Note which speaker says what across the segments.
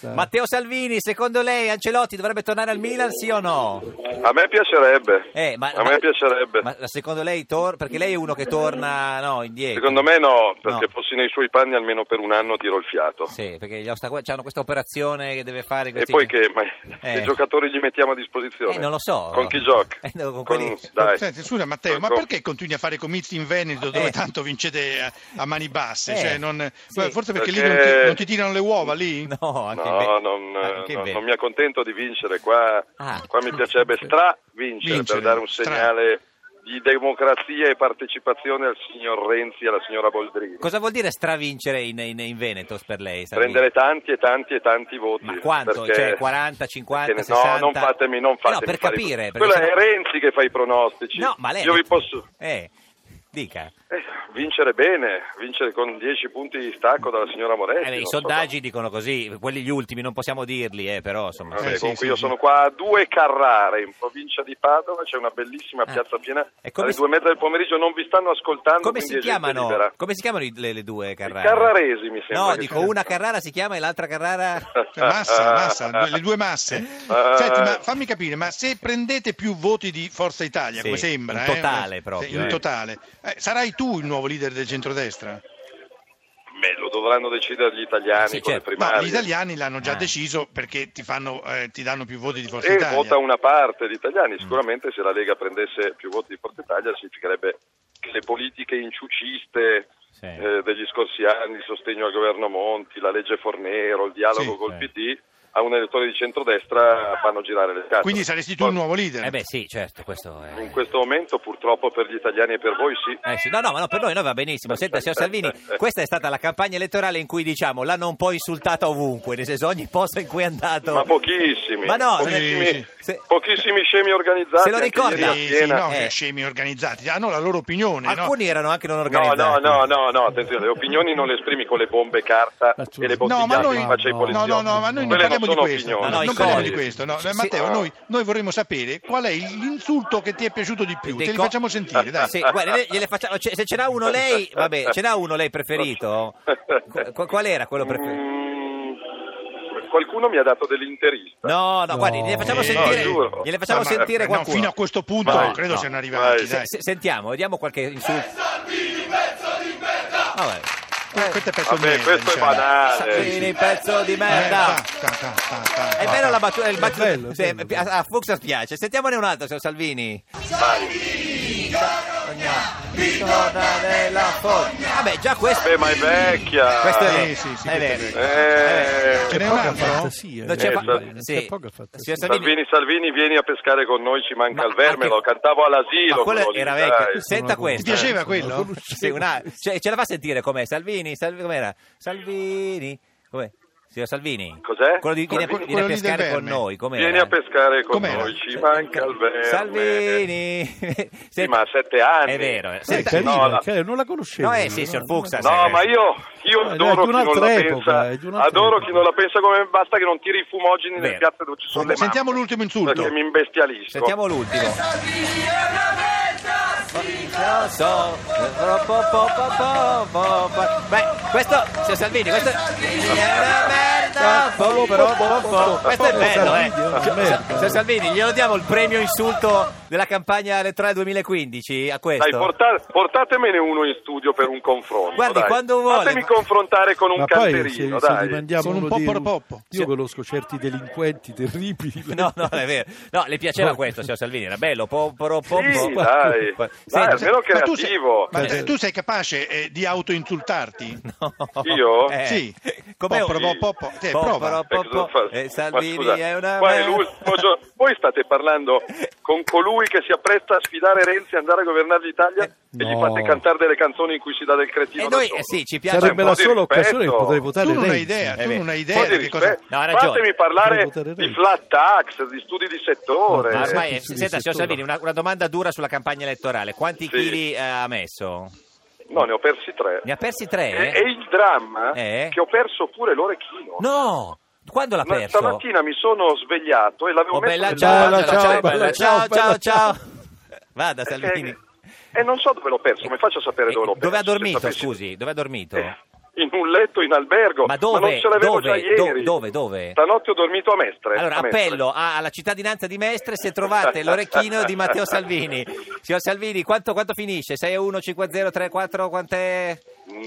Speaker 1: Matteo Salvini, secondo lei Ancelotti dovrebbe tornare al Milan, sì o no?
Speaker 2: A me piacerebbe.
Speaker 1: Eh, ma-
Speaker 2: a me
Speaker 1: ma-
Speaker 2: piacerebbe.
Speaker 1: Ma ecco. secondo lei tor- perché lei è uno che torna no, indietro.
Speaker 2: Secondo me no, perché
Speaker 1: No.
Speaker 2: fossi nei suoi panni almeno per un anno tiro il fiato.
Speaker 1: Sì, perché gli ostaco- c'hanno questa operazione che deve fare
Speaker 2: E
Speaker 1: questi-
Speaker 2: poi che, ma-
Speaker 1: Eh.
Speaker 2: che giocatori gli mettiamo a disposizione?
Speaker 1: Eh, non lo so.
Speaker 2: Con chi gioca?
Speaker 1: Eh, no, con quelli-
Speaker 2: dai.
Speaker 3: Senti, scusa Matteo, ma
Speaker 2: Con-
Speaker 3: perché continui a fare comizi in Veneto dove
Speaker 1: Eh.
Speaker 3: tanto vincete a, a mani basse?
Speaker 1: Eh.
Speaker 3: Cioè, non-
Speaker 1: Sì.
Speaker 3: Beh, Forse perché, lì
Speaker 2: Perché-
Speaker 3: non ti, non ti tirano le uova lì?
Speaker 1: No, anche in
Speaker 2: No,
Speaker 1: Ve-
Speaker 2: non,
Speaker 1: anche in
Speaker 2: non-
Speaker 1: Ve-
Speaker 2: non mi accontento di vincere, qua,
Speaker 1: Ah.
Speaker 2: qua mi piacerebbe stra-vincere
Speaker 3: Vincere,
Speaker 2: per dare un
Speaker 3: stra.
Speaker 2: segnale di democrazia e partecipazione al signor Renzi e alla signora Boldrini.
Speaker 1: Cosa vuol dire stravincere in, in, in Veneto per lei? Salvini?
Speaker 2: Prendere tanti e tanti e tanti voti.
Speaker 1: Ma quanto?
Speaker 2: perché-
Speaker 1: Cioè 40, 50,
Speaker 2: perché-
Speaker 1: 60?
Speaker 2: No, non fatemi, non fatemi.
Speaker 1: Eh, No, per
Speaker 2: fare-
Speaker 1: capire. perché
Speaker 2: Quello
Speaker 1: sennò-
Speaker 2: è Renzi che fa i pronostici.
Speaker 1: No, ma lei...
Speaker 2: Io vi posso...
Speaker 1: Eh, dica.
Speaker 2: Eh, vincere bene, vincere con 10 punti di stacco dalla signora Moretti.
Speaker 1: Eh,
Speaker 2: non
Speaker 1: I
Speaker 2: so
Speaker 1: sondaggi dicono così, quelli gli ultimi non possiamo dirli, eh, però insomma...
Speaker 2: Vabbè,
Speaker 3: Eh, sì,
Speaker 2: comunque
Speaker 3: sì,
Speaker 2: io
Speaker 3: sì.
Speaker 2: sono qua a due Carrare, in provincia di Padova, c'è una bellissima
Speaker 1: Ah.
Speaker 2: piazza piena
Speaker 1: E come
Speaker 2: alle
Speaker 1: si-
Speaker 2: due e mezza del pomeriggio, non vi stanno ascoltando,
Speaker 1: Come
Speaker 2: quindi
Speaker 1: si,
Speaker 2: è gente
Speaker 1: chiamano,
Speaker 2: libera.
Speaker 1: come si chiamano i- le, le due Carrara?
Speaker 2: Carraresi, mi sembra
Speaker 1: No,
Speaker 2: che
Speaker 1: dico
Speaker 2: siano.
Speaker 1: una Carrara si chiama e l'altra Carrara...
Speaker 3: Cioè, Massa,
Speaker 2: Ah,
Speaker 3: massa,
Speaker 2: ah,
Speaker 3: due- le due masse.
Speaker 2: ah,
Speaker 3: Senti, ma
Speaker 2: ah.
Speaker 3: fammi capire, ma se prendete più voti di Forza Italia,
Speaker 1: Sì,
Speaker 3: come sembra,
Speaker 1: in
Speaker 3: eh,
Speaker 1: totale
Speaker 3: sì,
Speaker 1: proprio,
Speaker 3: in
Speaker 1: eh.
Speaker 3: totale, eh, sarai tu il nuovo leader del centrodestra?
Speaker 2: Beh, lo dovranno decidere gli italiani
Speaker 1: Sì,
Speaker 2: con
Speaker 1: certo.
Speaker 2: le
Speaker 3: No,
Speaker 2: primarie.
Speaker 3: gli italiani l'hanno già
Speaker 1: Ah.
Speaker 3: deciso perché ti, fanno, eh, ti danno più voti di Forza
Speaker 2: E
Speaker 3: Italia.
Speaker 2: vota una parte di italiani, sicuramente se la Lega prendesse più voti di Forza Italia significherebbe che le politiche inciuciste
Speaker 1: Sì.
Speaker 2: eh, degli scorsi anni, il sostegno al governo Monti, la legge Fornero, il dialogo
Speaker 3: Sì,
Speaker 2: col
Speaker 1: sì. eh.
Speaker 2: PD, a un elettore di centrodestra fanno girare le carte.
Speaker 3: Quindi saresti tu il nuovo leader?
Speaker 1: Eh beh sì, certo, questo è...
Speaker 2: In questo momento purtroppo per gli italiani e per voi sì.
Speaker 1: Eh sì, no, no, ma no, per noi, noi va benissimo. Senta, signor Salvini, questa è stata la campagna elettorale in cui diciamo l'hanno un po' insultata ovunque, nel senso ogni posto in cui è andato.
Speaker 2: Ma pochissimi,
Speaker 1: Ma no, eh,
Speaker 2: pochissimi,
Speaker 3: sì,
Speaker 1: sì.
Speaker 2: pochissimi scemi organizzati.
Speaker 1: Se lo
Speaker 2: anche ieri
Speaker 1: ricorda?
Speaker 2: a
Speaker 3: Sì, sì,
Speaker 2: Siena.
Speaker 3: no,
Speaker 1: Eh.
Speaker 3: che scemi organizzati, hanno la loro opinione. no?
Speaker 1: Alcuni erano anche non
Speaker 2: No,
Speaker 1: organizzati.
Speaker 2: no, no, no, no, attenzione, le opinioni non le esprimi con le bombe carta e le
Speaker 3: No, ma
Speaker 2: bottigliate
Speaker 3: noi,
Speaker 2: in faccia ai
Speaker 1: no,
Speaker 3: no,
Speaker 2: poliziotti.
Speaker 3: no, no, ma noi non
Speaker 2: Quelle
Speaker 3: parliamo di
Speaker 2: sono
Speaker 3: questo.
Speaker 2: opinioni.
Speaker 1: No, no, i
Speaker 3: non parliamo
Speaker 1: colli.
Speaker 3: di questo. no.
Speaker 1: Sì,
Speaker 3: Matteo,
Speaker 2: sì.
Speaker 3: noi, noi vorremmo sapere qual è il- l'insulto che ti è piaciuto di più.
Speaker 1: Dei
Speaker 3: Te li
Speaker 1: co-
Speaker 3: facciamo sentire, dai.
Speaker 1: Sì, guarda, le- gliele facciamo- ce- se ce n'ha uno lei, vabbè, ce n'ha uno lei preferito? Qu- qu- qual era quello preferito?
Speaker 2: Mm, qualcuno mi ha dato dell'interista.
Speaker 1: No, no, guardi, gliele facciamo
Speaker 3: Eh,
Speaker 1: sentire,
Speaker 2: no, giuro. Eh,
Speaker 1: gliele facciamo
Speaker 3: Ah, ma-
Speaker 1: sentire
Speaker 3: no,
Speaker 1: qualcuno.
Speaker 3: fino a questo punto
Speaker 2: Vai,
Speaker 3: non credo
Speaker 1: no.
Speaker 3: siano arrivati.
Speaker 2: Vai.
Speaker 1: Se-
Speaker 3: Dai.
Speaker 1: se- sentiamo, vediamo qualche insulto. Ah, Vabbè.
Speaker 3: Eh, questo è pezzo di
Speaker 2: Vabbè,
Speaker 3: merda,
Speaker 2: questo è
Speaker 3: diciamo.
Speaker 2: banale.
Speaker 1: Salvini, pezzo di
Speaker 3: Eh,
Speaker 1: merda.
Speaker 3: ta, ta, ta, ta, ta.
Speaker 1: È bella la battuta, il battito-
Speaker 4: bello,
Speaker 1: sì,
Speaker 4: bello, bello.
Speaker 1: a, a Fuchs spiace. Sentiamone un altro, signor Salvini. Vabbè, già questo
Speaker 2: Beh, ma è vecchia.
Speaker 1: questo è Cioè,
Speaker 3: Sì,
Speaker 1: vero.
Speaker 3: sì, sì,
Speaker 1: è
Speaker 3: questo è
Speaker 1: vero.
Speaker 2: Eh,
Speaker 3: Ce n'è un
Speaker 4: poca
Speaker 3: altro?
Speaker 4: fantasia.
Speaker 1: Non c'è
Speaker 2: Eh,
Speaker 1: fa-
Speaker 2: Salvini.
Speaker 1: sì.
Speaker 4: C'è poca fantasia.
Speaker 1: Signor Salvini,
Speaker 2: Salvini, Salvini, vieni a pescare con noi, ci manca
Speaker 1: Ma
Speaker 2: il vermelo.
Speaker 1: anche-
Speaker 2: Cantavo all'asilo.
Speaker 1: ma quello
Speaker 2: quello
Speaker 1: era
Speaker 2: lì,
Speaker 1: vecchio.
Speaker 2: dai.
Speaker 1: Senta
Speaker 3: Ti
Speaker 1: questo.
Speaker 3: piaceva
Speaker 4: Sono
Speaker 3: quello?
Speaker 4: conosciuto.
Speaker 1: Sì, una- cioè, ce la fa sentire com'è? Salvini, Salvini com'era? Salvini, com'è? Signor Salvini.
Speaker 2: Cos'è?
Speaker 1: Quello di viene, a-
Speaker 2: Quello
Speaker 1: viene a
Speaker 3: lì del
Speaker 1: pescare con
Speaker 3: verme.
Speaker 1: noi, com'era?
Speaker 2: Vieni a pescare con
Speaker 3: Com'era?
Speaker 2: noi, ci manca il vermelo.
Speaker 1: Salvini.
Speaker 2: Sì, ma ha sette anni.
Speaker 1: È vero. eh.
Speaker 4: Sì, è
Speaker 1: Senta-
Speaker 2: carino.
Speaker 4: carina,
Speaker 2: no, la-
Speaker 4: cioè, non la conoscevo.
Speaker 1: No, eh, sì, signor Fuchsa,
Speaker 2: No,
Speaker 1: Sì,
Speaker 2: ma io, io
Speaker 4: Eh,
Speaker 2: adoro, chi
Speaker 4: è di
Speaker 2: non, la
Speaker 4: un'altra epoca,
Speaker 2: pensa,
Speaker 4: è di un'altra
Speaker 2: adoro chi
Speaker 4: epoca.
Speaker 2: non la pensa come me, basta che non tiri i fumogeni nelle
Speaker 1: Vero.
Speaker 2: piazze dove ci sono le mamme.
Speaker 3: Sentiamo l'ultimo insulto.
Speaker 2: Perché mi imbestialisco.
Speaker 1: Sentiamo l'ultimo. Lo so. Po, po, po, po, po, po. Beh, questo, signor Salvini, questo è una merda.
Speaker 4: Po, po,
Speaker 1: però,
Speaker 4: po, po, po, po.
Speaker 1: Questo è bello, eh.
Speaker 4: Salvini, è una merda.
Speaker 1: Signor Salvini, glielo diamo il premio insulto della campagna elettorale 2015 a questo.
Speaker 2: Dai, porta- portatemene uno in studio per un confronto.
Speaker 1: Guardi,
Speaker 2: dai.
Speaker 1: quando vuole,
Speaker 2: Fatemi
Speaker 1: ma-
Speaker 2: confrontare con un
Speaker 4: Ma poi se,
Speaker 2: canterino,
Speaker 4: se
Speaker 2: dai.
Speaker 4: rimandiamo
Speaker 3: Sono un
Speaker 4: uno
Speaker 3: po'
Speaker 4: di-
Speaker 3: porpoppo.
Speaker 4: Io conosco certi delinquenti terribili.
Speaker 1: No, no, è vero. No, le piaceva questo, signor Salvini, era bello. Po, po, po,
Speaker 2: Sì,
Speaker 1: po.
Speaker 2: dai. Dai,
Speaker 1: Senta,
Speaker 2: almeno
Speaker 3: Ma tu sei,
Speaker 2: creativo.
Speaker 3: ma te- tu sei capace eh, di autoinsultarti?
Speaker 2: Io?
Speaker 1: Eh.
Speaker 3: Sì.
Speaker 1: Com'è un-
Speaker 3: Poporo, poporo, te,
Speaker 1: Poporo,
Speaker 3: prova.
Speaker 2: Eh,
Speaker 1: poporo.
Speaker 2: cosa fa-
Speaker 1: Eh,
Speaker 2: Ma
Speaker 1: Salvini
Speaker 2: scusa,
Speaker 1: è una Eh,
Speaker 2: qua è
Speaker 1: merda.
Speaker 2: l'ultimo giorno. Voi state parlando con colui che si appresta a sfidare Renzi e andare a governare l'Italia e gli
Speaker 4: no.
Speaker 2: fate cantare delle canzoni in cui si dà del cretino.
Speaker 1: Eh, E
Speaker 2: da
Speaker 1: noi,
Speaker 2: solo.
Speaker 1: eh sì, ci piace.
Speaker 4: Sarebbe
Speaker 1: un po'.
Speaker 4: la
Speaker 2: di
Speaker 4: sola occasione che
Speaker 2: rispetto.
Speaker 4: potrei votare
Speaker 3: Tu non hai
Speaker 4: Renzi.
Speaker 3: idea,
Speaker 1: Eh,
Speaker 3: tu
Speaker 1: beh.
Speaker 3: non hai
Speaker 2: Un
Speaker 3: idea
Speaker 2: po' di
Speaker 3: di che cosa...
Speaker 2: rispetto.
Speaker 1: No, ha ragione.
Speaker 2: Fatemi parlare
Speaker 4: Devo votare
Speaker 2: di
Speaker 4: Renzi.
Speaker 2: flat tax, di studi di settore.
Speaker 1: Ma
Speaker 4: Ma
Speaker 1: ormai,
Speaker 4: sì,
Speaker 1: eh,
Speaker 4: sì, sì,
Speaker 1: senta,
Speaker 4: sì,
Speaker 1: signor
Speaker 4: sì,
Speaker 1: Salvini, una, una domanda dura sulla campagna elettorale. Quanti
Speaker 2: Sì.
Speaker 1: chili eh, ha messo?
Speaker 2: No, ne ho persi tre.
Speaker 1: Ne ha persi
Speaker 2: E,
Speaker 1: tre?
Speaker 2: e il dramma
Speaker 1: Eh?
Speaker 2: che ho perso pure l'orecchino.
Speaker 1: No! Quando l'ha
Speaker 2: Ma
Speaker 1: perso?
Speaker 2: stamattina mi sono svegliato e l'avevo
Speaker 1: Oh,
Speaker 2: messo
Speaker 1: bella
Speaker 2: nel- Cioè, eh,
Speaker 1: ciao,
Speaker 4: Bella,
Speaker 1: bella, ciao,
Speaker 4: ciao,
Speaker 1: bella,
Speaker 4: bella,
Speaker 1: ciao, ciao,
Speaker 4: bella,
Speaker 1: ciao. Eh, Vada,
Speaker 2: e,
Speaker 1: Salvini.
Speaker 2: eh,
Speaker 1: Eh,
Speaker 2: e non so dove l'ho perso, mi faccia sapere dove l'ho perso.
Speaker 1: Dove ha
Speaker 2: se
Speaker 1: dormito,
Speaker 2: sapessi.
Speaker 1: scusi? Dove ha dormito?
Speaker 2: Eh, in un letto in albergo.
Speaker 1: Ma dove?
Speaker 2: non ce l'avevo
Speaker 1: Dove?
Speaker 2: già
Speaker 1: Do-
Speaker 2: ieri.
Speaker 1: dove? Dove?
Speaker 2: Stanotte ho dormito a Mestre.
Speaker 1: Allora,
Speaker 2: a Mestre.
Speaker 1: appello a- alla cittadinanza di Mestre se trovate l'orecchino di Matteo Salvini. Signor Salvini, quanto, quanto finisce? 6 a 1, 5 a 0, 3 a 4, quant'è?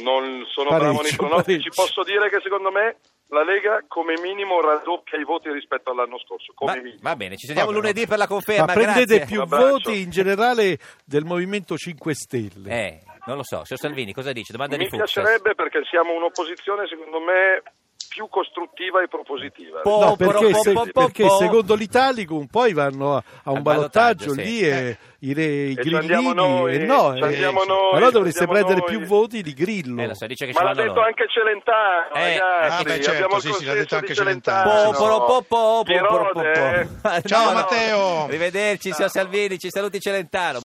Speaker 2: Non sono
Speaker 4: Parecchio,
Speaker 2: bravo nei pronostici.
Speaker 4: parecchio.
Speaker 2: Posso dire che secondo me la Lega come minimo raddoppia i voti rispetto all'anno scorso. Come
Speaker 1: Va,
Speaker 2: minimo.
Speaker 1: va bene, ci sentiamo
Speaker 3: Va bene,
Speaker 1: lunedì per la conferma.
Speaker 4: Ma prendete
Speaker 1: grazie.
Speaker 4: più
Speaker 2: Un abbraccio.
Speaker 4: voti in generale del Movimento 5 Stelle.
Speaker 1: Eh, non lo so, signor Salvini, cosa dice? Domanda
Speaker 2: Mi
Speaker 1: di Fuxas.
Speaker 2: piacerebbe perché siamo un'opposizione, secondo me, più costruttiva e propositiva.
Speaker 1: Po-
Speaker 4: No, perché,
Speaker 1: po-
Speaker 4: se-
Speaker 1: po- po-
Speaker 4: perché
Speaker 1: po-
Speaker 4: secondo l'Italicum poi vanno a, a
Speaker 1: Al
Speaker 4: un
Speaker 1: ballottaggio,
Speaker 4: ballottaggio
Speaker 1: sì.
Speaker 4: lì e i, re, i
Speaker 2: ci
Speaker 4: grillini
Speaker 2: andiamo noi,
Speaker 4: e no,
Speaker 2: ci
Speaker 4: eh,
Speaker 2: andiamo noi,
Speaker 4: allora
Speaker 2: ci
Speaker 4: dovreste
Speaker 2: andiamo
Speaker 4: prendere
Speaker 2: noi.
Speaker 4: più voti di Grillo.
Speaker 1: Eh, lo so, dice che
Speaker 2: Ma
Speaker 1: ci
Speaker 2: l'ha
Speaker 1: vanno
Speaker 2: detto
Speaker 1: loro.
Speaker 2: anche Celentano,
Speaker 1: Eh,
Speaker 2: ragazzi.
Speaker 1: ah, beh,
Speaker 3: certo,
Speaker 2: Abbiamo il
Speaker 3: sì, sì, l'ha
Speaker 2: consenso
Speaker 3: detto
Speaker 2: di
Speaker 3: anche
Speaker 2: Celentano.
Speaker 3: Celentano.
Speaker 1: Po- po- po- po- po- po- po-
Speaker 2: Pirode.
Speaker 1: po- po-
Speaker 3: Ciao,
Speaker 1: No, no.
Speaker 3: Matteo.
Speaker 1: Arrivederci, signor Salvini, ci saluti Celentano.